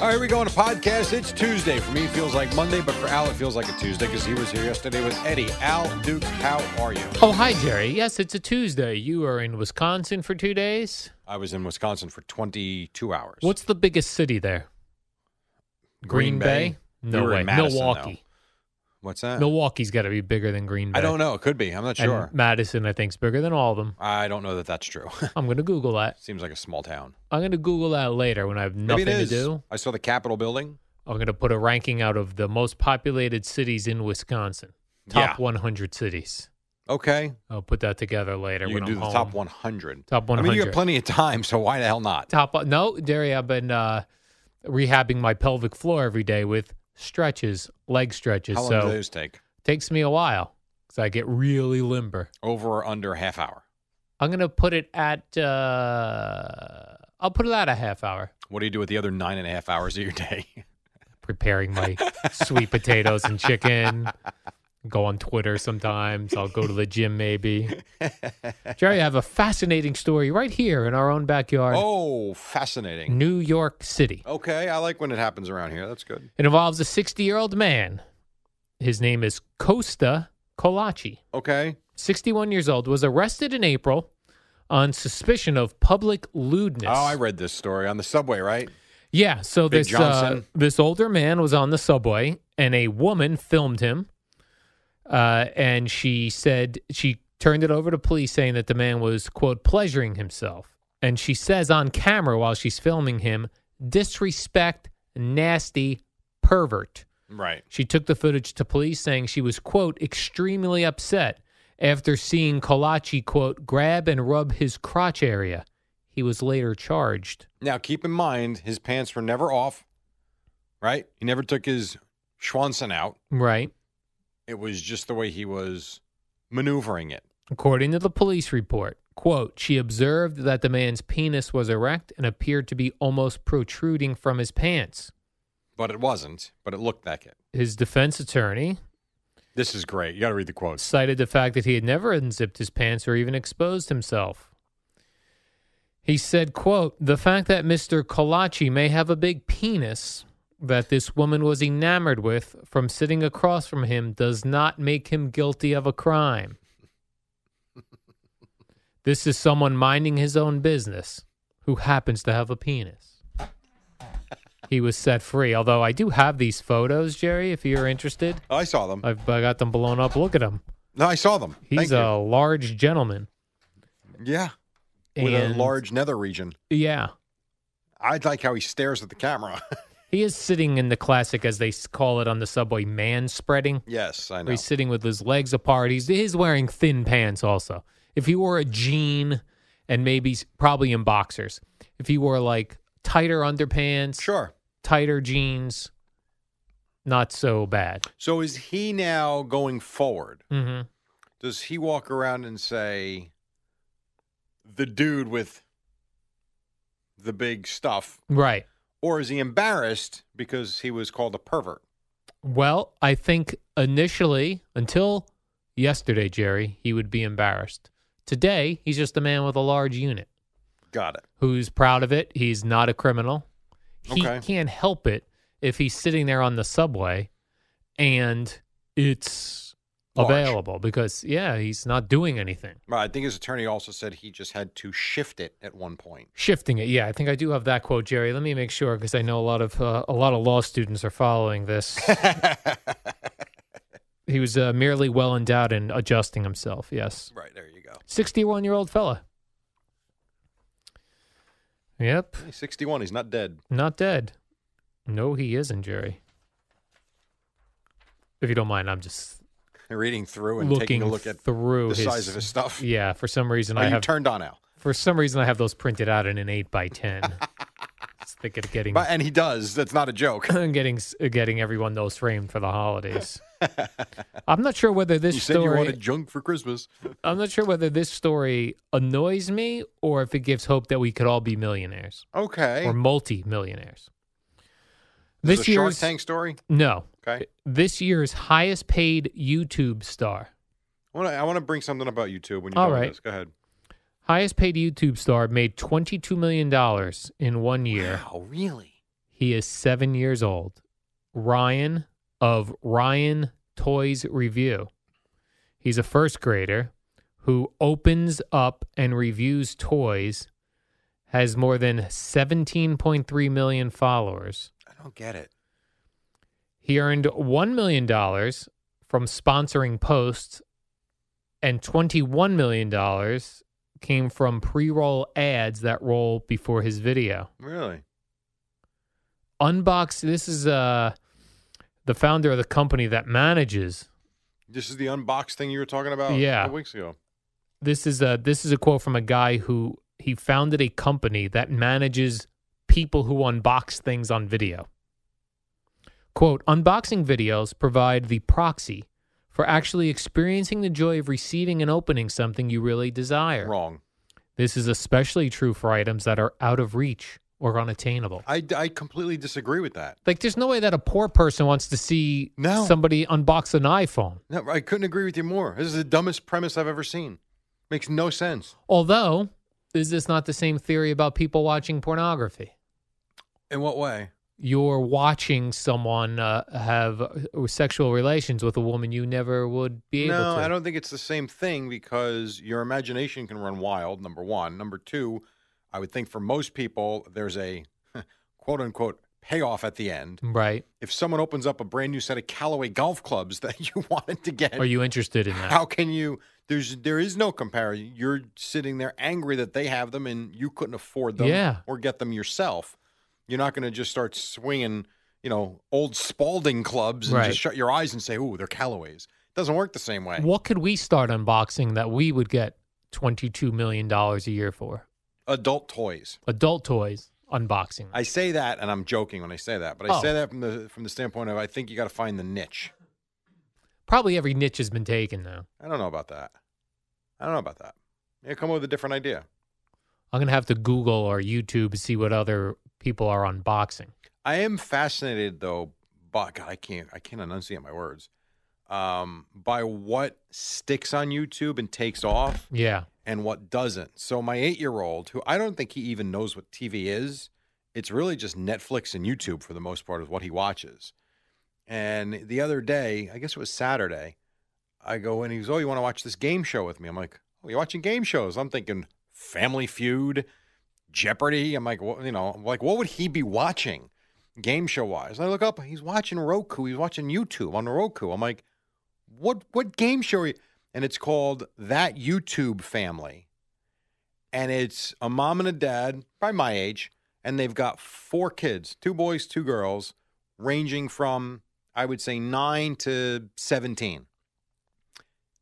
All right, here we go on a podcast. It's Tuesday. For me, it feels like Monday, but for Al, it feels like a Tuesday because he was here yesterday with Eddie. Al Dukes, how are you? Oh, hi, Jerry. Yes, it's a Tuesday. You are in Wisconsin for two days. I was in Wisconsin for 22 hours. What's the biggest city there? Green, Bay? No We were way. in Madison, Milwaukee. though. What's that? Milwaukee's got to be bigger than Green Bay. I don't know. It could be. I'm not And sure. Madison, I think, is bigger than all of them. I don't know that that's true. I'm going to Google that. Seems like a small town. I'm going to Google that later when I have nothing Maybe it is. to do. I saw the Capitol building. I'm going to put a ranking out of the most populated cities in Wisconsin. Top Yeah. 100 cities. Okay. I'll put that together later you when can I'm do the home. top 100. Top I mean, you got 100. plenty of time, so why the hell not? Top up. No, Derry, I've been uh, rehabbing my pelvic floor every day with stretches, leg stretches. How long so do those take? takes me a while because I get really limber. Over or under a half hour? I'm going to put it at, uh, I'll put it at a half hour. What do you do with the other nine and a half hours of your day? Preparing my sweet potatoes and chicken. Go on Twitter sometimes. I'll go to the gym maybe. Jerry, I have a fascinating story right here in our own backyard, Oh, fascinating. New York City. Okay, I like when it happens around here. That's good. It involves a 60 year old man. His name is Costa Colaci. Okay. 61 years old, was arrested in April on suspicion of public lewdness. Oh, I read this story on the subway, right? Yeah, so Big this uh, Johnson. this older man was on the subway and a woman filmed him. Uh, and she said she turned it over to police saying that the man was quote pleasuring himself. And she says on camera while she's filming him, disrespect, nasty, pervert. Right. She took the footage to police saying she was, quote, extremely upset after seeing Kolachi, quote, grab and rub his crotch area. He was later charged. Now, keep in mind, his pants were never off, right? He never took his Schwanson out. Right. It was just the way he was maneuvering it. According to the police report, quote, she observed that the man's penis was erect and appeared to be almost protruding from his pants. But it wasn't, but it looked like it. His defense attorney This is great. You got to read the quotes. cited the fact that he had never unzipped his pants or even exposed himself. He said, quote, the fact that Mr. Kolachi may have a big penis that this woman was enamored with from sitting across from him does not make him guilty of a crime. this is someone minding his own business who happens to have a penis. He was set free, although I do have these photos, Jerry, if you're interested. Oh, I saw them. I've I got them blown up. Look at him. No, I saw them. He's Thank you. a large gentleman. yeah, with a and- large nether region. Yeah. I like how he stares at the camera. He is sitting in the classic, as they s- call it on the subway, man spreading. yes, I Where know. he's sitting with his legs apart. He's, he's wearing thin pants also. If he wore a jean and maybe s- probably in boxers, if he wore like tighter underpants, Sure. tighter jeans, not so bad. So is he now going forward? Mm-hmm. does he walk around and say the dude with the big stuff Right. or is he embarrassed because he was called a pervert Well, I think initially, until yesterday, Jerry, he would be embarrassed. Today, he's just a man with a large unit Got it. who's proud of it. He's not a criminal. He Okay. can't help it if he's sitting there on the subway and it's Large. available because, yeah, he's not doing anything. Right. I think his attorney also said he just had to shift it at one point. Shifting it, yeah, I think I do have that quote, Jerry. Let me make sure because I know a lot of uh, a lot of law students are following this. he was uh, merely well endowed in adjusting himself. Yes, Right there, you go. sixty-one-year-old fella. Yep, He's Sixty-one. He's not dead. not dead. No, he isn't, Jerry. If you don't mind, I'm just Reading through and looking taking a look at through the his, size of his stuff. Yeah, for some reason Are I you have turned on Al? for some reason I have those printed out in an eight by ten. Just thinking of getting But and he does. That's not a joke. getting s- uh, getting everyone those framed for the holidays. I'm not sure whether this You said story. you wanted junk for Christmas. I'm not sure whether this story annoys me or if it gives hope that we could all be millionaires Okay. or multi-millionaires. This This is a Shark year's Tank story. no. Okay. This year's highest-paid YouTube star, I want to I wanna bring something about YouTube when you're All done with right. this. Go ahead. highest-paid YouTube star, made twenty-two million dollars in one year. Wow, really? He is seven years old. Ryan of Ryan Toys Review. He's a first grader who opens up and reviews toys, has more than 17.3 million followers. I don't get it. He earned $1 million from sponsoring posts, and $21 million came from pre roll ads that roll before his video. Really? Unbox. This is uh, the founder of the company that manages. This is the unboxed thing you were talking about a Yeah. couple weeks ago. This is a this is a quote from a guy who he founded a company that manages people who unbox things on video. Quote: Unboxing videos provide the proxy for actually experiencing the joy of receiving and opening something you really desire. Wrong. This is especially true for items that are out of reach or unattainable. I, I completely disagree with that. Like, there's no way that a poor person wants to see No. somebody unbox an iPhone. No, I couldn't agree with you more. This is the dumbest premise I've ever seen. Makes no sense. Although, is this not the same theory about people watching pornography? In what way? You're watching someone uh, have uh, sexual relations with a woman you never would be able No, to. I don't think it's the same thing because your imagination can run wild, number one. Number two, I would think for most people, there's a quote unquote payoff at the end. Right? If someone opens up a brand new set of Callaway golf clubs that you wanted to get, Are Oh, you interested in that? how can you? There's there is no comparison. You're sitting there angry that they have them and you couldn't afford them Yeah. or get them yourself. You're not going to just start swinging, you know, old Spalding clubs and Right. just shut your eyes and say, "Ooh, they're Callaways." It doesn't work the same way. What could we start unboxing that we would get $22 million a year for? Adult toys. Adult toys unboxing. I say that, and I'm joking when I say that, but I Oh. say that from the from the standpoint of I think you got to find the niche. Probably every niche has been taken now. I don't know about that. I don't know about that. Yeah, come up with a different idea. I'm going to have to Google or YouTube to see what other people are unboxing. I am fascinated though, but God, I can't I can't enunciate my words. Um, by what sticks on YouTube and takes off Yeah. and what doesn't. So my eight year old, who I don't think he even knows what TV is, it's really just Netflix and YouTube for the most part is what he watches. And the other day, I guess it was Saturday, I go and he goes, Oh, you want to watch this game show with me? I'm like, Oh, you're watching game shows. I'm thinking Family Feud, Jeopardy. I'm like, well, you know, I'm like, what would he be watching game show wise? And I look up, he's watching Roku, he's watching YouTube on Roku. I'm like, what what game show are you? And it's called That YouTube Family. And it's a mom and a dad, probably my age, and they've got four kids, two boys, two girls, ranging from I would say 9 to 17.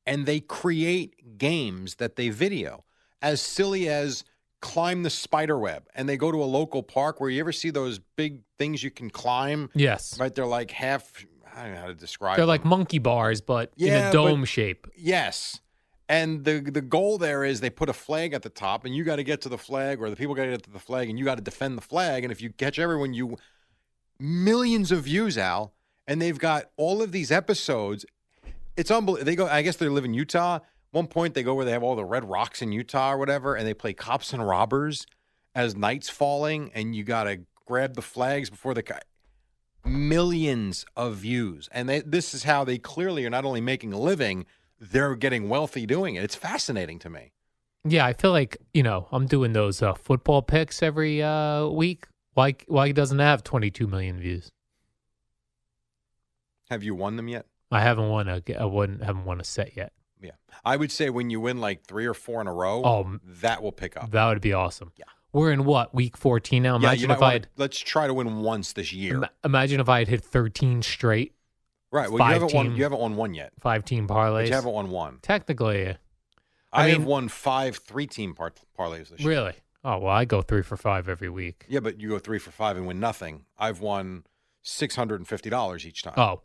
And they create games that they video as silly as climb the spider web and they go to a local park where you ever see those big things you can climb Yes. right they're like half i don't know how to describe They're them. like monkey bars, but in Yeah, a but- dome shape. Yes. And the the goal there is they put a flag at the top and you got to get to the flag or the people got to get to the flag and you got to defend the flag and if you catch everyone you millions of views Al and they've got all of these episodes. It's unbelievable. They go. I guess they live in Utah. One point they go where they have all the red rocks in Utah or whatever, and they play cops and robbers as night's falling, and you gotta grab the flags before the guy. Millions of views, and they, this is how they clearly are not only making a living, they're getting wealthy doing it. It's fascinating to me. Yeah, I feel like you know I'm doing those uh, football picks every uh, week. Why? Why he doesn't have 22 million views? Have you won them yet? I haven't won a I wouldn't haven't won a set yet. Yeah, I would say when you win like three or four in a row, Oh, m- that will pick up. That would be awesome. Yeah. We're in what week 14 now? yeah, you Imagine might if wanna- I had let's try to win once this year. ima- imagine if I had hit 13 straight right. Well, you five haven't won. team- You haven't won one yet. five team But parlays. you haven't won one. Technically, I, I have mean- won five three-team par- parlays this year. really. Oh well, I go three for five every week. Yeah, but you go three for five and win nothing. I've won six hundred and fifty dollars each time. Oh,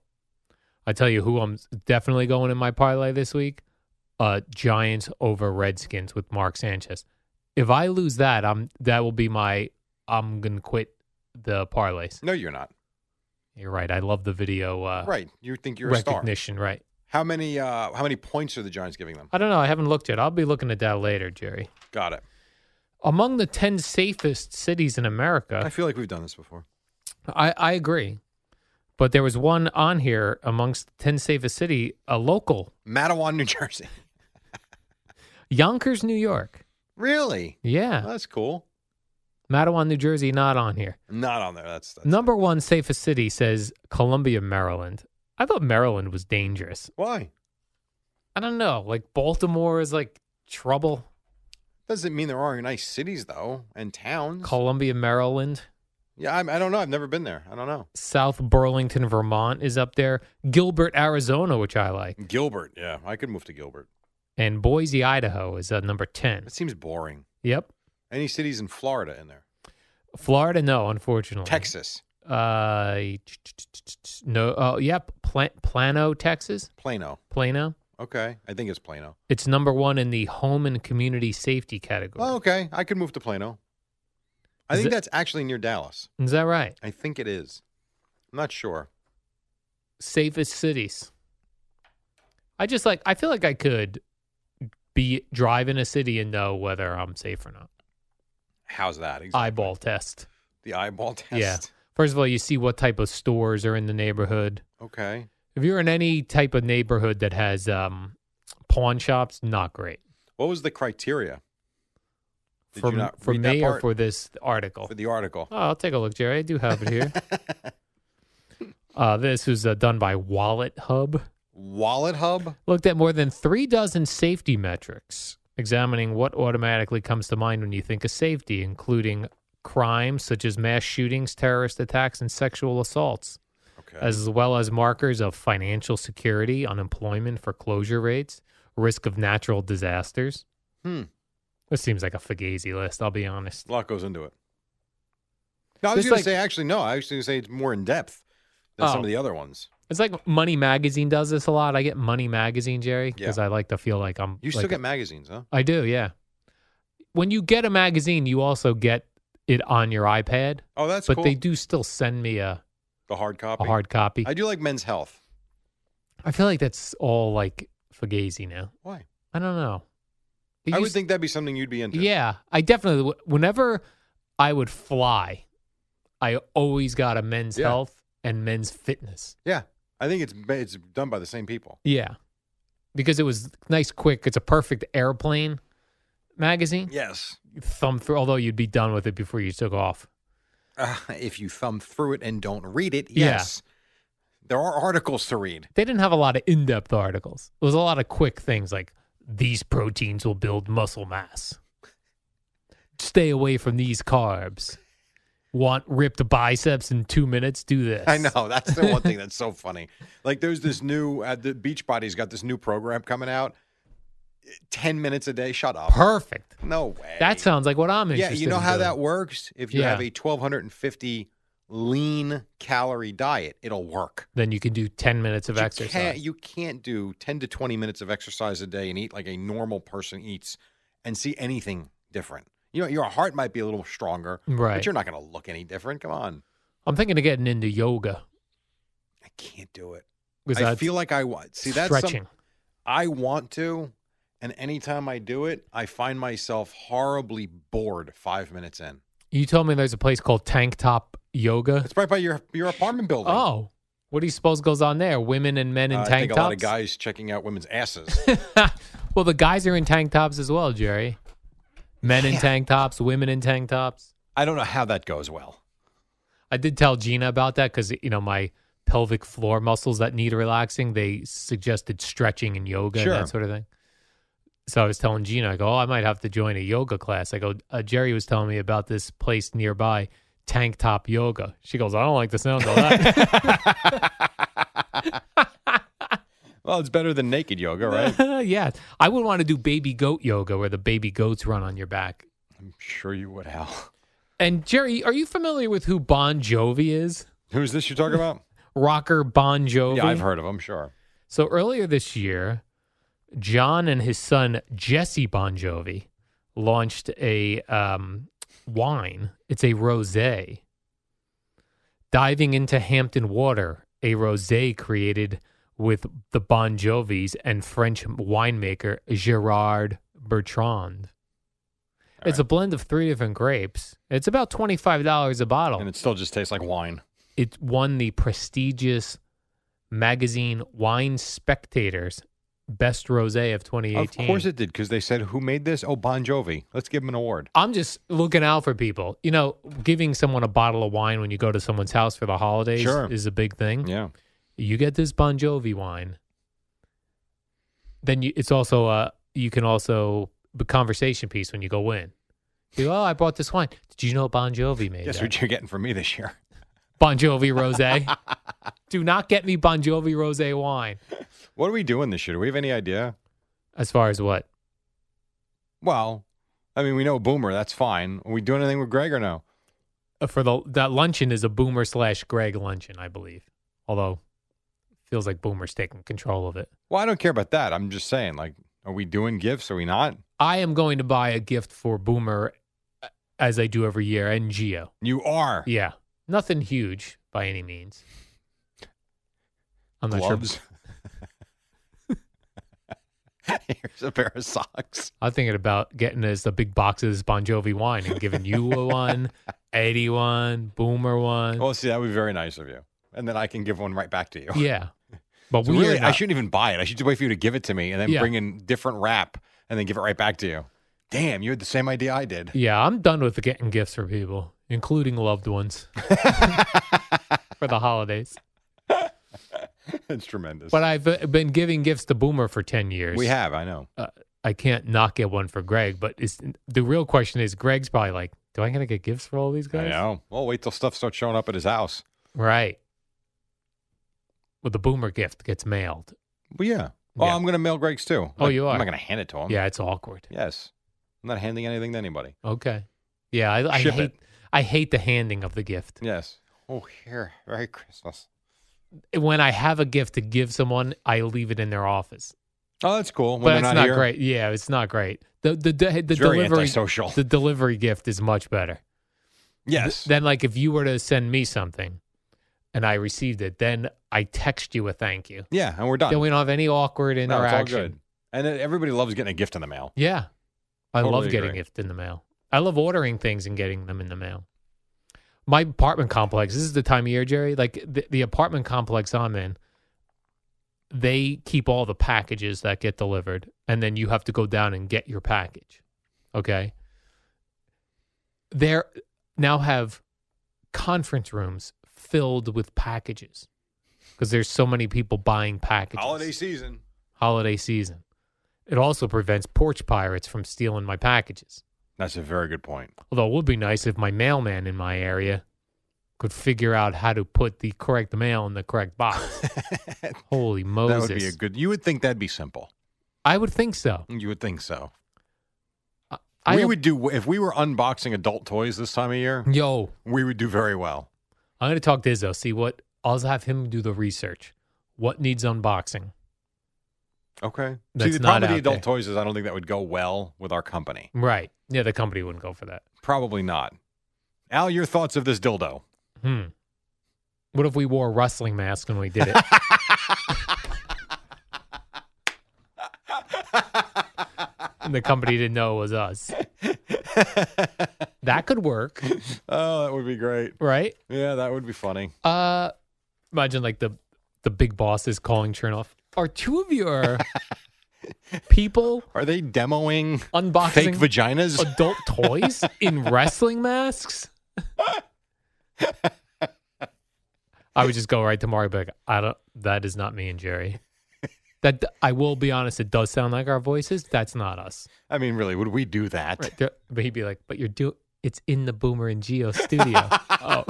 I tell you who I'm definitely going in my parlay this week: uh, Giants over Redskins with Mark Sanchez. If I lose that, I'm that will be my I'm gonna quit the parlays. No, you're not. You're right. I love the video uh, right. You think you're a star? recognition. Right. How many? Uh, how many points are the Giants giving them? I don't know. I haven't looked yet. I'll be looking at that later, Jerry. Got it. Among the ten safest cities in I America, feel like we've done this before. I, I agree. But there was one on here amongst ten safest city, a local Mattawan, New Jersey. Yonkers, New York. really? Yeah. That's cool. Mattawan, New Jersey, not on here. Not on there. That's, that's Number one safest city says Columbia, Maryland. I thought Maryland was dangerous. Why? I don't know. Like Baltimore is like trouble. Doesn't mean there aren't nice cities though and towns. Columbia, Maryland. yeah, I, I don't know. I've never been there. I don't know. South Burlington, Vermont is up there. Gilbert, Arizona, which I like. Gilbert. Yeah, I could move to Gilbert. And Boise, Idaho is uh, number 10. It seems boring. Yep. Any cities in Florida in there? Florida, no, unfortunately. Texas, Uh, no. Oh, yep. Pla- Plano, Texas. Plano. Plano. Okay, I think it's Plano. It's number one in the home and community safety category. Oh, okay, I could move to Plano. I Is think it- that's actually near Dallas. Is that right? I think it is. I'm not sure. safest cities. I just like I feel like I could be drive in a city and know whether I'm safe or not. How's that? Exactly. Eyeball test. The eyeball test. Yeah. First of all, you see what type of stores are in the neighborhood. Okay. If you're in any type of neighborhood that has um, pawn shops, not great What was the criteria? Did for you not for read that me or part? for this article. for the article? Oh, I'll take a look, Jerry. I do have it here. uh, this was uh, done by Wallet Hub. Wallet Hub. looked at more than three dozen safety metrics, examining what automatically comes to mind when you think of safety, including crimes such as mass shootings, terrorist attacks, and sexual assaults, Okay. as well as markers of financial security, unemployment, foreclosure rates, risk of natural disasters. hmm. This seems like a fugazi list, I'll be honest. A lot goes into it. No, I was Just going like- to say actually no. I was going to say it's more in depth than some Oh. of the other ones. It's like Money Magazine does this a lot. I get Money Magazine, Jerry, because Yeah. I like to feel like I'm. You still like- get magazines, huh? I do, yeah. When you get a magazine, you also get it on your iPad. Oh, that's but cool. they do still send me a, the hard copy. a hard copy. I I, do like Men's Health. feel like that's all like fugazi now. Why? I don't know. They I would used- think that'd be something you'd be into. Yeah, I definitely. w- Whenever I would fly, I always got a men's Yeah. health and men's fitness. Yeah. I think it's it's done by the same people. Yeah, because it was nice, quick. It's a perfect airplane magazine. Yes. Thumb through. Although you'd be done with it before you took off. Uh, if you thumb through it and don't read it, Yeah. yes. There are articles to read. they didn't have a lot of in-depth articles. It was a lot of quick things like these proteins will build muscle mass. Stay away from these carbs. Want ripped biceps in two minutes? Do this. I know. That's the one thing that's so funny. Like there's this new uh, the Beachbody's got this new program coming out. 10 minutes a day. Shut up. Perfect. no way. That sounds like what I'm Yeah, interested. you know in how doing. that works? If you Yeah. have a 1250 lean calorie diet, it'll work. Then you can do ten minutes of you exercise. Can't, you can't do 10 to 20 minutes of exercise a day and eat like a normal person eats and see anything different. You know, your heart might be a little stronger, Right. but you're not going to look any different. Come on. I'm thinking of getting into yoga. I can't do it. Was I that feel like I want. See, that's stretching. something I want to, and anytime I do it, I find myself horribly bored five minutes in. You told me there's a place called Tank Top Yoga. It's right by your your apartment building. Oh, what do you suppose goes on there? Women and men in Uh, I tank think tops. a lot of guys checking out women's asses. well, the guys are in tank tops as well, Jerry. Men in tank tops, women in tank tops. I don't know how that goes well. I did tell Gina about that because you know my pelvic floor muscles that need relaxing. They suggested stretching and yoga and Sure. that sort of thing. So I was telling Gina, I go, oh, I might have to join a yoga class. I go, uh, Jerry was telling me about this place nearby, Tank Top Yoga. She goes, I don't like the sound of that. Well, it's better than naked yoga, right? yeah, I would want to do baby goat yoga where the baby goats run on your back. I'm sure you would, Hal. And Jerry, are you familiar with who Bon Jovi is? Who's this you're talking about? Rocker Bon Jovi. Yeah, I've heard of him, sure. So earlier this year, John and his son Jesse Bon Jovi launched a um, wine. It's a rosé. Diving into Hampton Water, a rosé created with the Bon Jovis and French winemaker Gerard Bertrand. All It's a blend of three different grapes. It's about twenty-five dollars a bottle And it still just tastes like wine. it won the prestigious magazine Wine Spectators Best Rosé of 2018. Of course it did, because they said, who made this? Oh, Bon Jovi. Let's give him an award. I'm just looking out for people. You know, giving someone a bottle of wine when you go to someone's house for the holidays Sure. is a big thing. Yeah. You get this Bon Jovi wine. Then you, it's also uh you can also the conversation piece when you go in. You go, oh, I brought this wine. Did you know Bon Jovi made Guess that?" what you're getting from me this year? Bon Jovi rosé. Do not get me Bon Jovi rosé wine. What are we doing this year? Do we have any idea? As far as what? Well, I mean, we know Boomer. That's fine. Are we doing anything with Greg or no? Uh, for the that luncheon is a boomer slash Greg luncheon, I believe. Although feels like Boomer's taking control of it. Well, I don't care about that. I'm just saying, like, are we doing gifts? Are we not? I am going to buy a gift for Boomer uh, as I do every year and Geo. You are. Yeah. Nothing huge by any means. I'm not Gloves. sure. Here's a pair of socks. I'm thinking about getting us the big boxes Bon Jovi wine and giving you a one, Eddie one, Boomer one. Well, see, that would be very nice of you. And then I can give one right back to you. yeah. But So we are really, I not- shouldn't even buy it. I should just wait for you to give it to me and then Yeah. bring in different wrap and then give it right back to you. Damn, you had the same idea I did. Yeah, I'm done with getting gifts for people, including loved ones, for the holidays. it's tremendous. But I've uh, been giving gifts to Boomer for 10 years. we have, I know. Uh, I can't not get one for Greg, but it's, the real question is Greg's probably like, do I got to get gifts for all these guys? I know. Well, wait till stuff starts showing up at his house. Right. Well, the Boomer gift gets mailed. But yeah. Oh, Yeah. I'm going to mail Greg's too. Oh, you are? I'm not going to hand it to him. Yeah, it's awkward. Yes. I'm not handing anything to anybody. Okay. Yeah, I, I Ship hate it. I hate the handing of the gift. Yes. Oh, here. Merry Christmas. When I have a gift to give someone, I leave it in their office. Oh, that's cool. When but they're it's not, not, here, great. Yeah, it's not great. The the the, the It's very delivery antisocial. the delivery gift is much better. Yes. Then like if you were to send me something and I received it, then I text you a thank you. yeah, and we're done. Then we don't have any awkward No, it's all interaction. good. And then everybody loves getting a gift in the mail. Yeah. I Totally love getting agree. gifts in the mail. I love ordering things and getting them in the mail. My apartment complex, this is the time of year, Jerry, like the, the apartment complex I'm in, they keep all the packages that get delivered and then you have to go down and get your package. Okay? There now have conference rooms filled with packages because there's so many people buying packages Holiday season. holiday season. It also prevents porch pirates from stealing my packages. That's a very good point. Although it would be nice if my mailman in my area could figure out how to put the correct mail in the correct box. Holy That Moses. would be a good. You would think that'd be simple. I would think so. You would think so. I we would do if we were unboxing adult toys this time of year. Yo, We would do very well. I'm going to talk to Izzo, see what I'll have him do the research. What needs unboxing? Okay. That's See, the not problem with out the adult there. toys is I don't think that would go well with our company. Right. Yeah, the company wouldn't go for that. Probably not. Al, your thoughts of this dildo? Hmm. What if we wore wrestling masks when we did it? and the company didn't know it was us. That could work, oh, that would be great. right? Yeah, that would be funny. Uh, imagine like the the big boss is calling Chernoff. Are two of your people Are they demoing unboxing fake vaginas? adult toys in wrestling masks? I would just go right to Mario, but I don't. That is not me and Jerry. That I will be honest, it does sound like our voices. That's not us. I mean, really, would we do that? Right. There- But he'd be like, "But you're doing. It's in the Boomer and Geo studio." oh,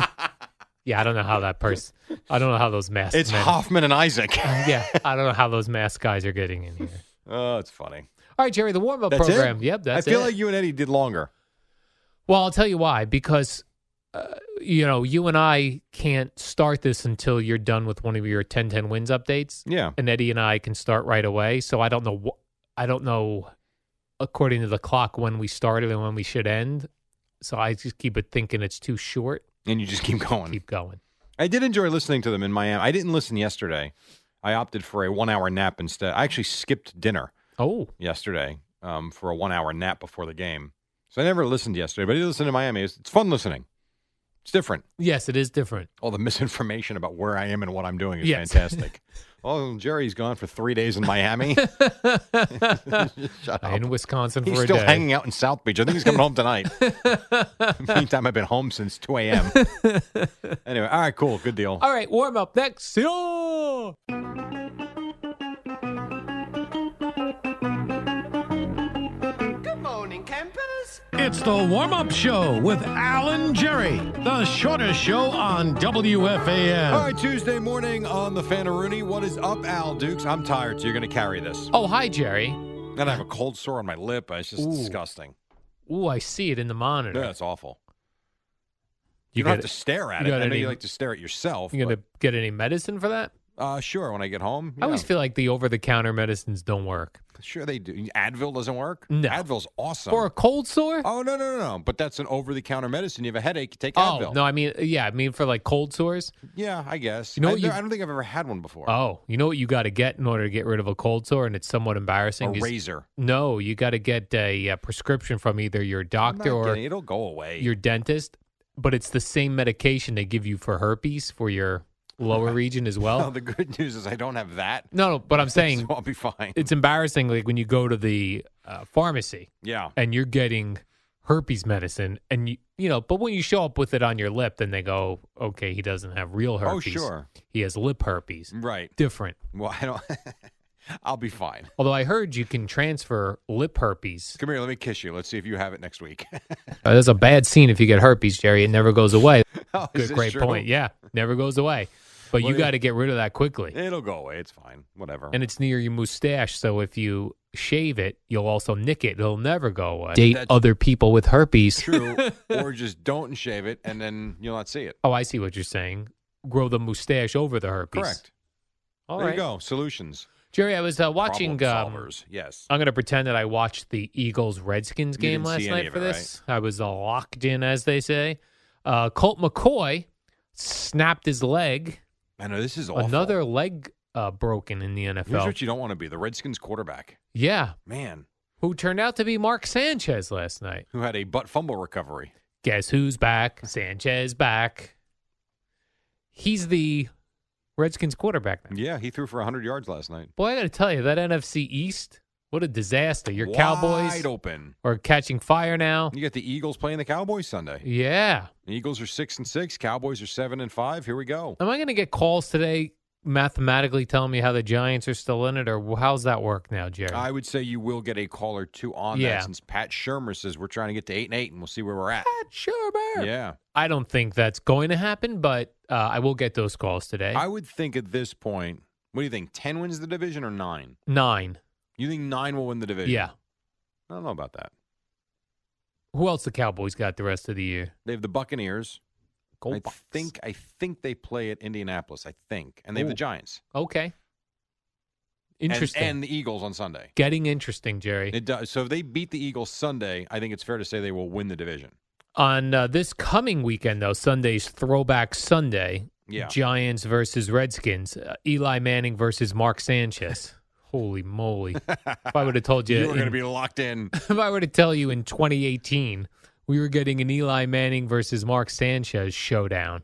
yeah. I don't know how that person. I don't know how those masks. It's men- Hoffman and Isaac. Yeah, I don't know how those mask guys are getting in here. oh, it's funny. All right, Jerry, the warm up That's program. it. Yep, that's I feel it. like you and Eddie did longer. Well, I'll tell you why. Because, uh, you know, you and I can't start this until you're done with one of your 10-10 wins updates, Yeah. and Eddie and I can start right away. So I don't know. Wh- I don't know, according to the clock, when we started and when we should end. So I just keep it thinking it's too short. And you just keep going. Keep going. I did enjoy listening to them in Miami. I didn't listen yesterday. I opted for a one hour nap instead. I actually skipped dinner Oh, yesterday um, for a one hour nap before the game. So I never listened yesterday, but I did listen to Miami. It's, it's fun listening. It's different. yes, it is different. All the misinformation about where I am and what I'm doing is Yes. fantastic. oh, Jerry's gone for three days in Miami. Shut up. In Wisconsin Oh. He's for a still day. hanging out in South Beach. I think he's coming home tonight. Meantime, I've been home since 2 a.m. anyway, all right, cool. Good deal. All right, warm up next. Yeah. It's the warm up show with Alan Jerry, the shortest show on WFAN. All right, Tuesday morning on the Fanaroonie. What is up, Al Dukes? I'm tired, so you're going to carry this. Oh, hi, Jerry. And I have a cold sore on my lip. It's just Ooh. disgusting. Ooh, I see it in the monitor. Yeah, that's awful. You, don't got have to stare at you it. I got know any- you like to stare at yourself. You gonna but, get any medicine for that? uh, sure, when I get home. I always yeah. feel like the over-the-counter medicines don't work Sure, they do. Advil doesn't work? No. Advil's awesome. for a cold sore. Oh, no, no, no, no. But that's an over the counter medicine. You have a headache, you take Oh, Advil. no, I mean, yeah, I mean for like cold sores. Yeah, I guess. You know I, what you- I don't think I've ever had one before. Oh, you know what you got to get in order to get rid of a cold sore, and it's somewhat a embarrassing. is- razor. No, you got to get a, uh prescription from either your I'm doctor not or kidding. it'll go away. your dentist, but it's the same medication they give you for herpes for your lower region as Well, well. the good news is I don't have that. No, no, but I'm saying so I'll be fine. it's embarrassing. Like when you go to the uh, pharmacy, yeah. and you're getting herpes medicine and you, you know but when you show up with it on your lip then they go okay he doesn't have real herpes Oh, sure. Mm. he has lip herpes Right. different Well, I don't. I'll be fine. although i heard you can transfer lip herpes Come here. Let me kiss you. Let's see if you have it next week. uh, that's a bad scene if you get herpes jerry it never goes away Oh, good is this great true? point yeah never goes away but Well, you yeah. got to get rid of that quickly It'll go away. It's fine. Whatever. and it's near your mustache so if you shave it you'll also nick it it'll never go away date That's- other people with herpes true. or just don't shave it, and then you'll not see it. oh i see what you're saying grow the mustache over the herpes Correct. All there right. you go. Solutions. Jerry, I was uh, watching. Problem Um, solvers. Yes. I'm going to pretend that I watched the Eagles Redskins You game didn't last see any night of for it, this. I was uh, locked in, as they say. Uh, Colt McCoy snapped his leg. I know this is awful. Another leg uh, broken in the Here's NFL. what you don't want to be: the Redskins quarterback. yeah, Man, who turned out to be Mark Sanchez last night. who had a butt fumble recovery. Guess who's back? Sanchez back. He's the Redskins quarterback now. Yeah, he threw for 100 yards last night. Boy, I got to tell you, that NFC East, what a disaster. Your Cowboys wide open. are catching fire now. You got the Eagles playing the Cowboys Sunday. Yeah. The Eagles are six and six. Cowboys are seven and five. Here we go. Am I going to get calls today mathematically telling me how the Giants are still in it, or how's that work now, Jerry? I would say you will get a call or two on Yeah. that since Pat Shermer says we're trying to get to eight and eight, and we'll see where we're at. sure, man. Yeah, I don't think that's going to happen, but uh, I will get those calls today. I would think at this point. What do you think? Ten wins the division or nine? Nine. You think nine will win the division? Yeah. I don't know about that. Who else the Cowboys got the rest of the year? They have the Buccaneers. Go I Bucs. think I think they play at Indianapolis. I think, and they have Ooh. the Giants. Okay. And- Interesting. And, the Eagles on Sunday. Getting interesting, Jerry. It does. So if they beat the Eagles Sunday, I think it's fair to say they will win the division. On uh, this coming weekend, though, Sunday's Throwback Sunday, Yeah. Giants versus Redskins, uh, Eli Manning versus Mark Sanchez. Holy moly! if I would have told you, you were going to in- be locked in. if I were to tell you in 2018 we were getting an Eli Manning versus Mark Sanchez showdown,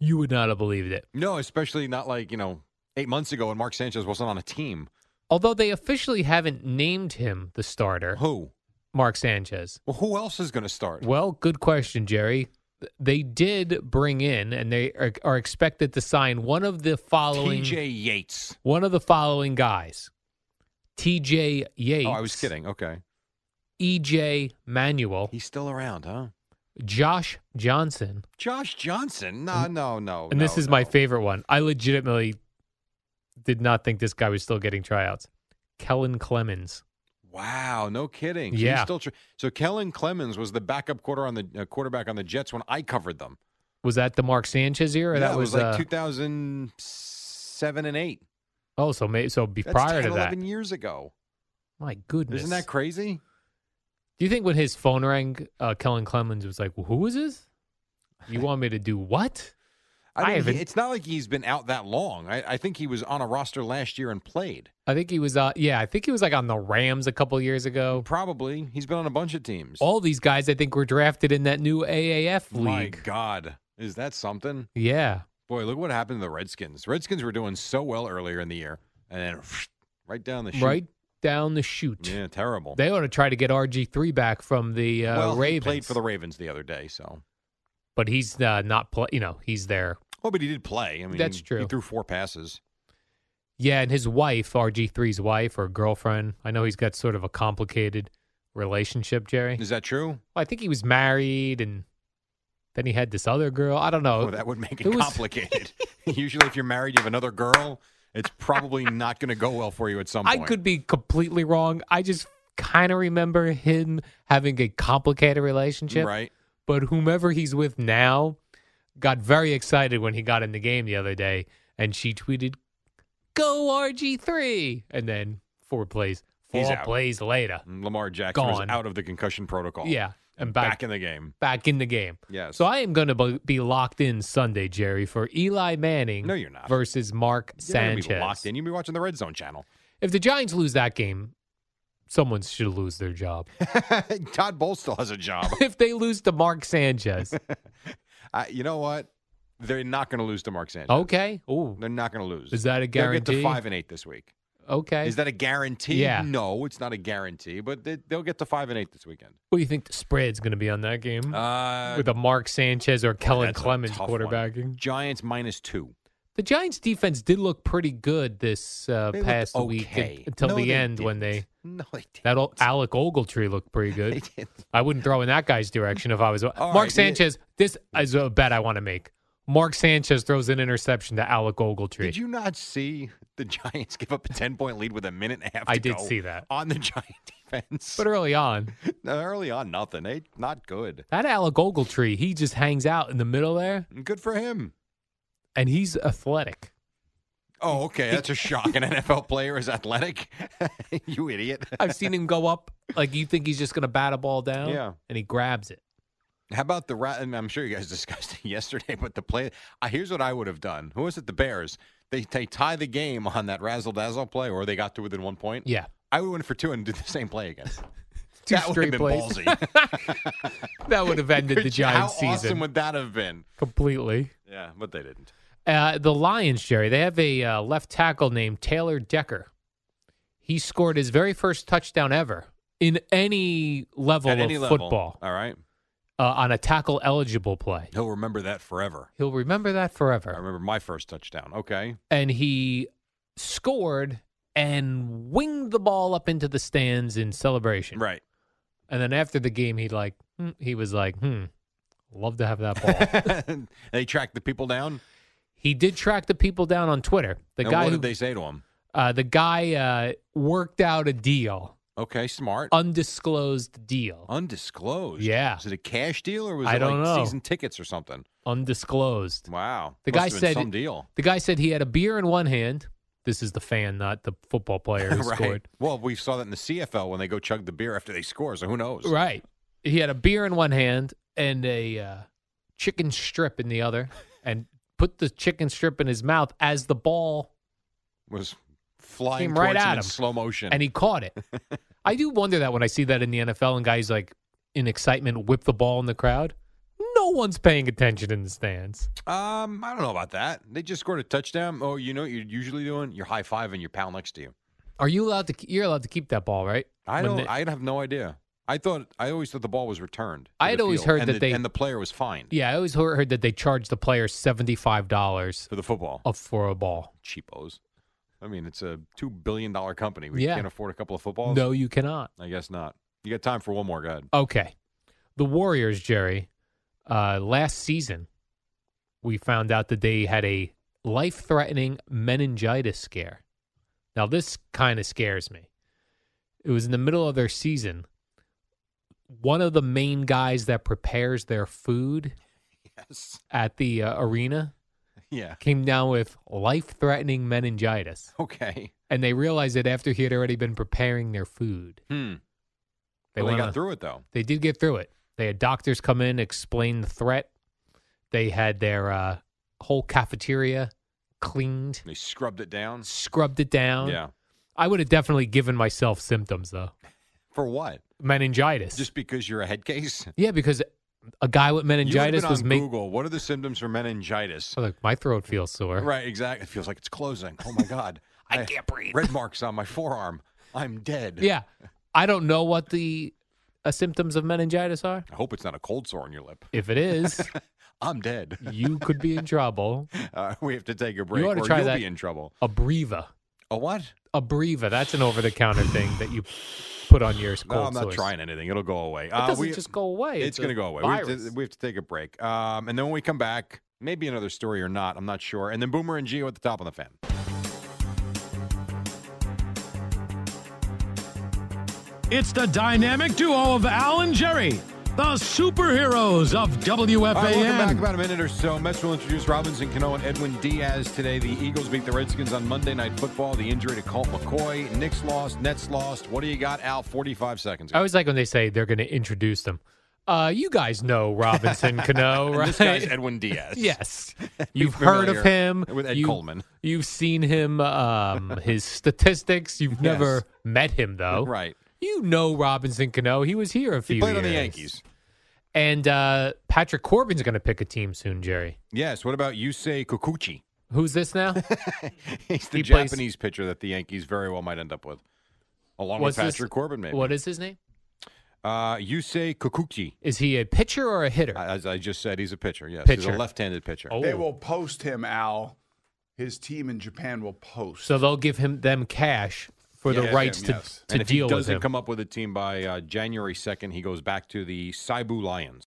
you would not have believed it. No, especially not like, you know, eight months ago when Mark Sanchez wasn't on a team. Although they officially haven't named him the starter, Who? Mark Sanchez. Well, who else is going to start? Well, good question, Jerry. They did bring in, and they are, are expected to sign one of the following TJ Yates. one of the following guys: T.J. Yates. Oh, I was kidding. Okay. E.J. Manuel, He's still around, huh? Josh Johnson, Josh Johnson? No, no, no. and this Oh, no, is my no. favorite one. I legitimately did not think this guy was still getting tryouts. Kellen Clemens. Wow, no kidding. He's Yeah. still tr- so Kellen Clemens was the backup quarter on the uh, quarterback on the Jets when I covered them. Was that the Mark Sanchez era? yeah, that it was, uh, like 2007 and 8. oh, so may, so be That's prior to 10, that. 11 years ago. My goodness, Isn't that crazy? Do you think when his phone rang, uh, Kellen Clemens was like, well, "Who is this? You want me to do what?" I mean, he- haven't- it's not like he's been out that long. I, I think he was on a roster last year and played. I think he was. Uh, yeah, I think he was like on the Rams a couple years ago. Probably. He's been on a bunch of teams. All these guys, I think, were drafted in that new AAF league. My God. Is that something? Yeah, Boy, look what happened to the Redskins. Redskins were doing so well earlier in the year, and then right down the chute. right down the chute. Yeah, terrible. They ought to try to get RG three back from the uh, well, he Ravens. played for the Ravens the other day, so. but he's uh, not play. You know, he's there. Oh, but he did play. I mean, That's he- He true. threw four passes. Yeah, and his wife, RG3's wife or girlfriend. I know he's got sort of a complicated relationship, Jerry. Is that true? Well, I think he was married and then he had this other girl. I don't know. Oh, that would make it, it was- complicated. Usually, if you're married, you have another girl. It's probably not going to go well for you at some I point. could be completely wrong. I just kind of remember him having a complicated relationship. right? But whomever he's with now got very excited when he got in the game the other day and she tweeted, Go RG3. And then four plays, He's four out. plays later. Lamar Jackson was Gone. out of the concussion protocol. Yeah. And and back, back, in the game. back in the game. Yes. So I am going to be locked in Sunday, Jerry, for Eli Manning. No, you're not. Versus Mark You're not gonna be Sanchez. locked in. You'll be watching the Red Zone channel. If the Giants lose that game, someone should lose their job. Todd Bowles still has a job. if they lose to Mark Sanchez, I, you know what? They're not going to lose to Mark Sanchez. okay. Ooh, They're not going to lose. Oh. Is that a They'll guarantee? get to five and eight this week. okay. Is that a guarantee? Yeah. No, it's not a guarantee, but they, they'll get to five and eight this weekend. what do you think the spread's going to be on that game Uh, with a Mark Sanchez or Kellen that's a Clemens tough one. quarterbacking? Giants minus two. The Giants' defense did look pretty good this uh, They looked past week okay. un- until No, the they end when they didn't. no, they didn't. that old Alec Ogletree looked pretty good. They didn't. I wouldn't throw in that guy's direction if I was Mark right, yeah. Sanchez. This is a bet I want to make. Mark Sanchez throws an interception to Alec Ogletree. Did you not see the Giants give up a ten point lead with a minute and a half? I to did go see that. on the Giant defense. But early on, No, early on, nothing. They not good. that Alec Ogletree, he just hangs out in the middle there, Good for him. and he's athletic. Oh, okay. That's a shock. An NFL player is athletic. you idiot. I've seen him go up like you think he's just going to bat a ball down, Yeah. and he grabs it. How about the rat? And I'm sure you guys discussed it yesterday, but the play. I here's what I would have done. Who was it? The Bears. They, they tie the game on that razzle dazzle play, or they got to within one point. Yeah, I would win for two and do the same play again. two that would straight have been plays. ballsy. That would have ended the How Giants' awesome season would that have been? completely. Yeah, but they didn't. Uh, the Lions, Jerry, they have a uh, left tackle named Taylor Decker. He scored his very first touchdown ever in any level At any of level. football All right. uh, on a tackle eligible play. He'll remember that forever. He'll remember that I forever. remember my first touchdown. Okay. And he scored and winged the ball up into the stands in celebration. Right. And then after the game, he like hmm, he was like, "Hmm, love to have that ball." they tracked the people down. he did track the people down on Twitter. The and guy what who did they say to him? uh, the guy uh, worked out a deal. Okay, smart. undisclosed deal. Undisclosed. Uh, Yeah. Was it a cash deal or was I it don't like know. season tickets or something? Undisclosed. Wow. The Must guy have been said- some deal. The guy said he had a beer in one hand. This is the fan, not the football player who scored. Well, we saw that in the CFL when they go chug the beer after they score, so who knows? Right. He had a beer in one hand and a uh, chicken strip in the other and put the chicken strip in his mouth as the ball, was flying Came right towards him at in him. slow motion. and he caught it. I do wonder that when I see that in the NFL and guys like in excitement whip the ball in the crowd, no one's paying attention in the stands. um, I don't know about that. They just scored a touchdown. Oh, you know what you're usually doing? You're high five and your pal next to you. Are you allowed to? You're allowed to keep that ball, right? I When don't. the- I have no idea. I thought. I always thought the ball was returned. to I had the always field, heard and that the, they- and the player was fined yeah, I always heard heard that they charge the player seventy five dollars for the football. for a ball. Cheapos. I mean, it's a two billion dollar company. We Yeah. can't afford a couple of footballs. No, you cannot. I guess not. You got time for one more? Go ahead. Okay. The Warriors, Jerry, uh, last season, we found out that they had a life threatening meningitis scare. Now, this kind of scares me. It was in the middle of their season. One of the main guys that prepares their food Yes. at the uh, arena Yeah. came down with life threatening meningitis. Okay. And they realized that after he had already been preparing their food, Hmm. they, Well, they went got on- through it though. They did get through it. They had doctors come in, explain the threat. They had their uh, whole cafeteria cleaned, They scrubbed it down. scrubbed it down. Yeah. I would have definitely given myself symptoms though, For what? meningitis. Just because you're a head case? yeah, because a guy with You would've meningitis been was Oh, on making. Google. What are the symptoms for meningitis? Like my throat feels sore. Right, exactly. It feels like it's closing. Oh my god. I can't breathe. Red marks on my forearm. I'm dead. Yeah, I don't know what the uh, symptoms of meningitis are. I hope it's not a cold sore on your lip. If it is, I'm dead. you could be in trouble. Uh, we have to take a break ought or to try you'll that. be in trouble. Abreva. A what? Abreva. That's an over-the-counter thing that you put on your No, cold I'm not sores. trying anything. It'll go away. Uh, It doesn't we- just go away. It's, a going to go away. We have, Virus. to, we have to take a break. Um, and then when we come back, maybe another story or not. I'm not sure. And then Boomer and Geo at the top of the fan. It's the dynamic duo of Al and Jerry, the superheroes of WFAN. All right, welcome back. About a minute or so. Mets will introduce Robinson Cano and Edwin Diaz today. The Eagles beat the Redskins on Monday Night Football. The injury to Colt McCoy. Knicks lost. Nets lost. What do you got, Al? 45 seconds. I always like when they say they're going to introduce them. Uh, you guys know Robinson Cano, right? And This guy's Edwin Diaz. yes, you've heard familiar of him with Ed You- Coleman. You've seen him, um, his statistics. You've never Yes. met him though, Right. You know Robinson Cano. Oh, He was here a few. He played on the years. Yankees. And uh, Patrick Corbin's going to pick a team soon, Jerry. Yes. What about Yusei Kikuchi? Who's this now? He's the He plays- Japanese pitcher that the Yankees very well might end up with, along What's with this- Patrick Corbin. Maybe. what is his name? Uh, Yusei Kikuchi. Is he a pitcher or a hitter? As I just said, he's a pitcher. Yes, he's Pitcher. a left-handed pitcher. Oh. They will post him, Al. His team in Japan will post. So they'll give him them cash for the Yeah, rights yeah, to, yes. to and if deal he with doesn't him. come up with a team by uh, January second, he goes back to the Saibu Lions.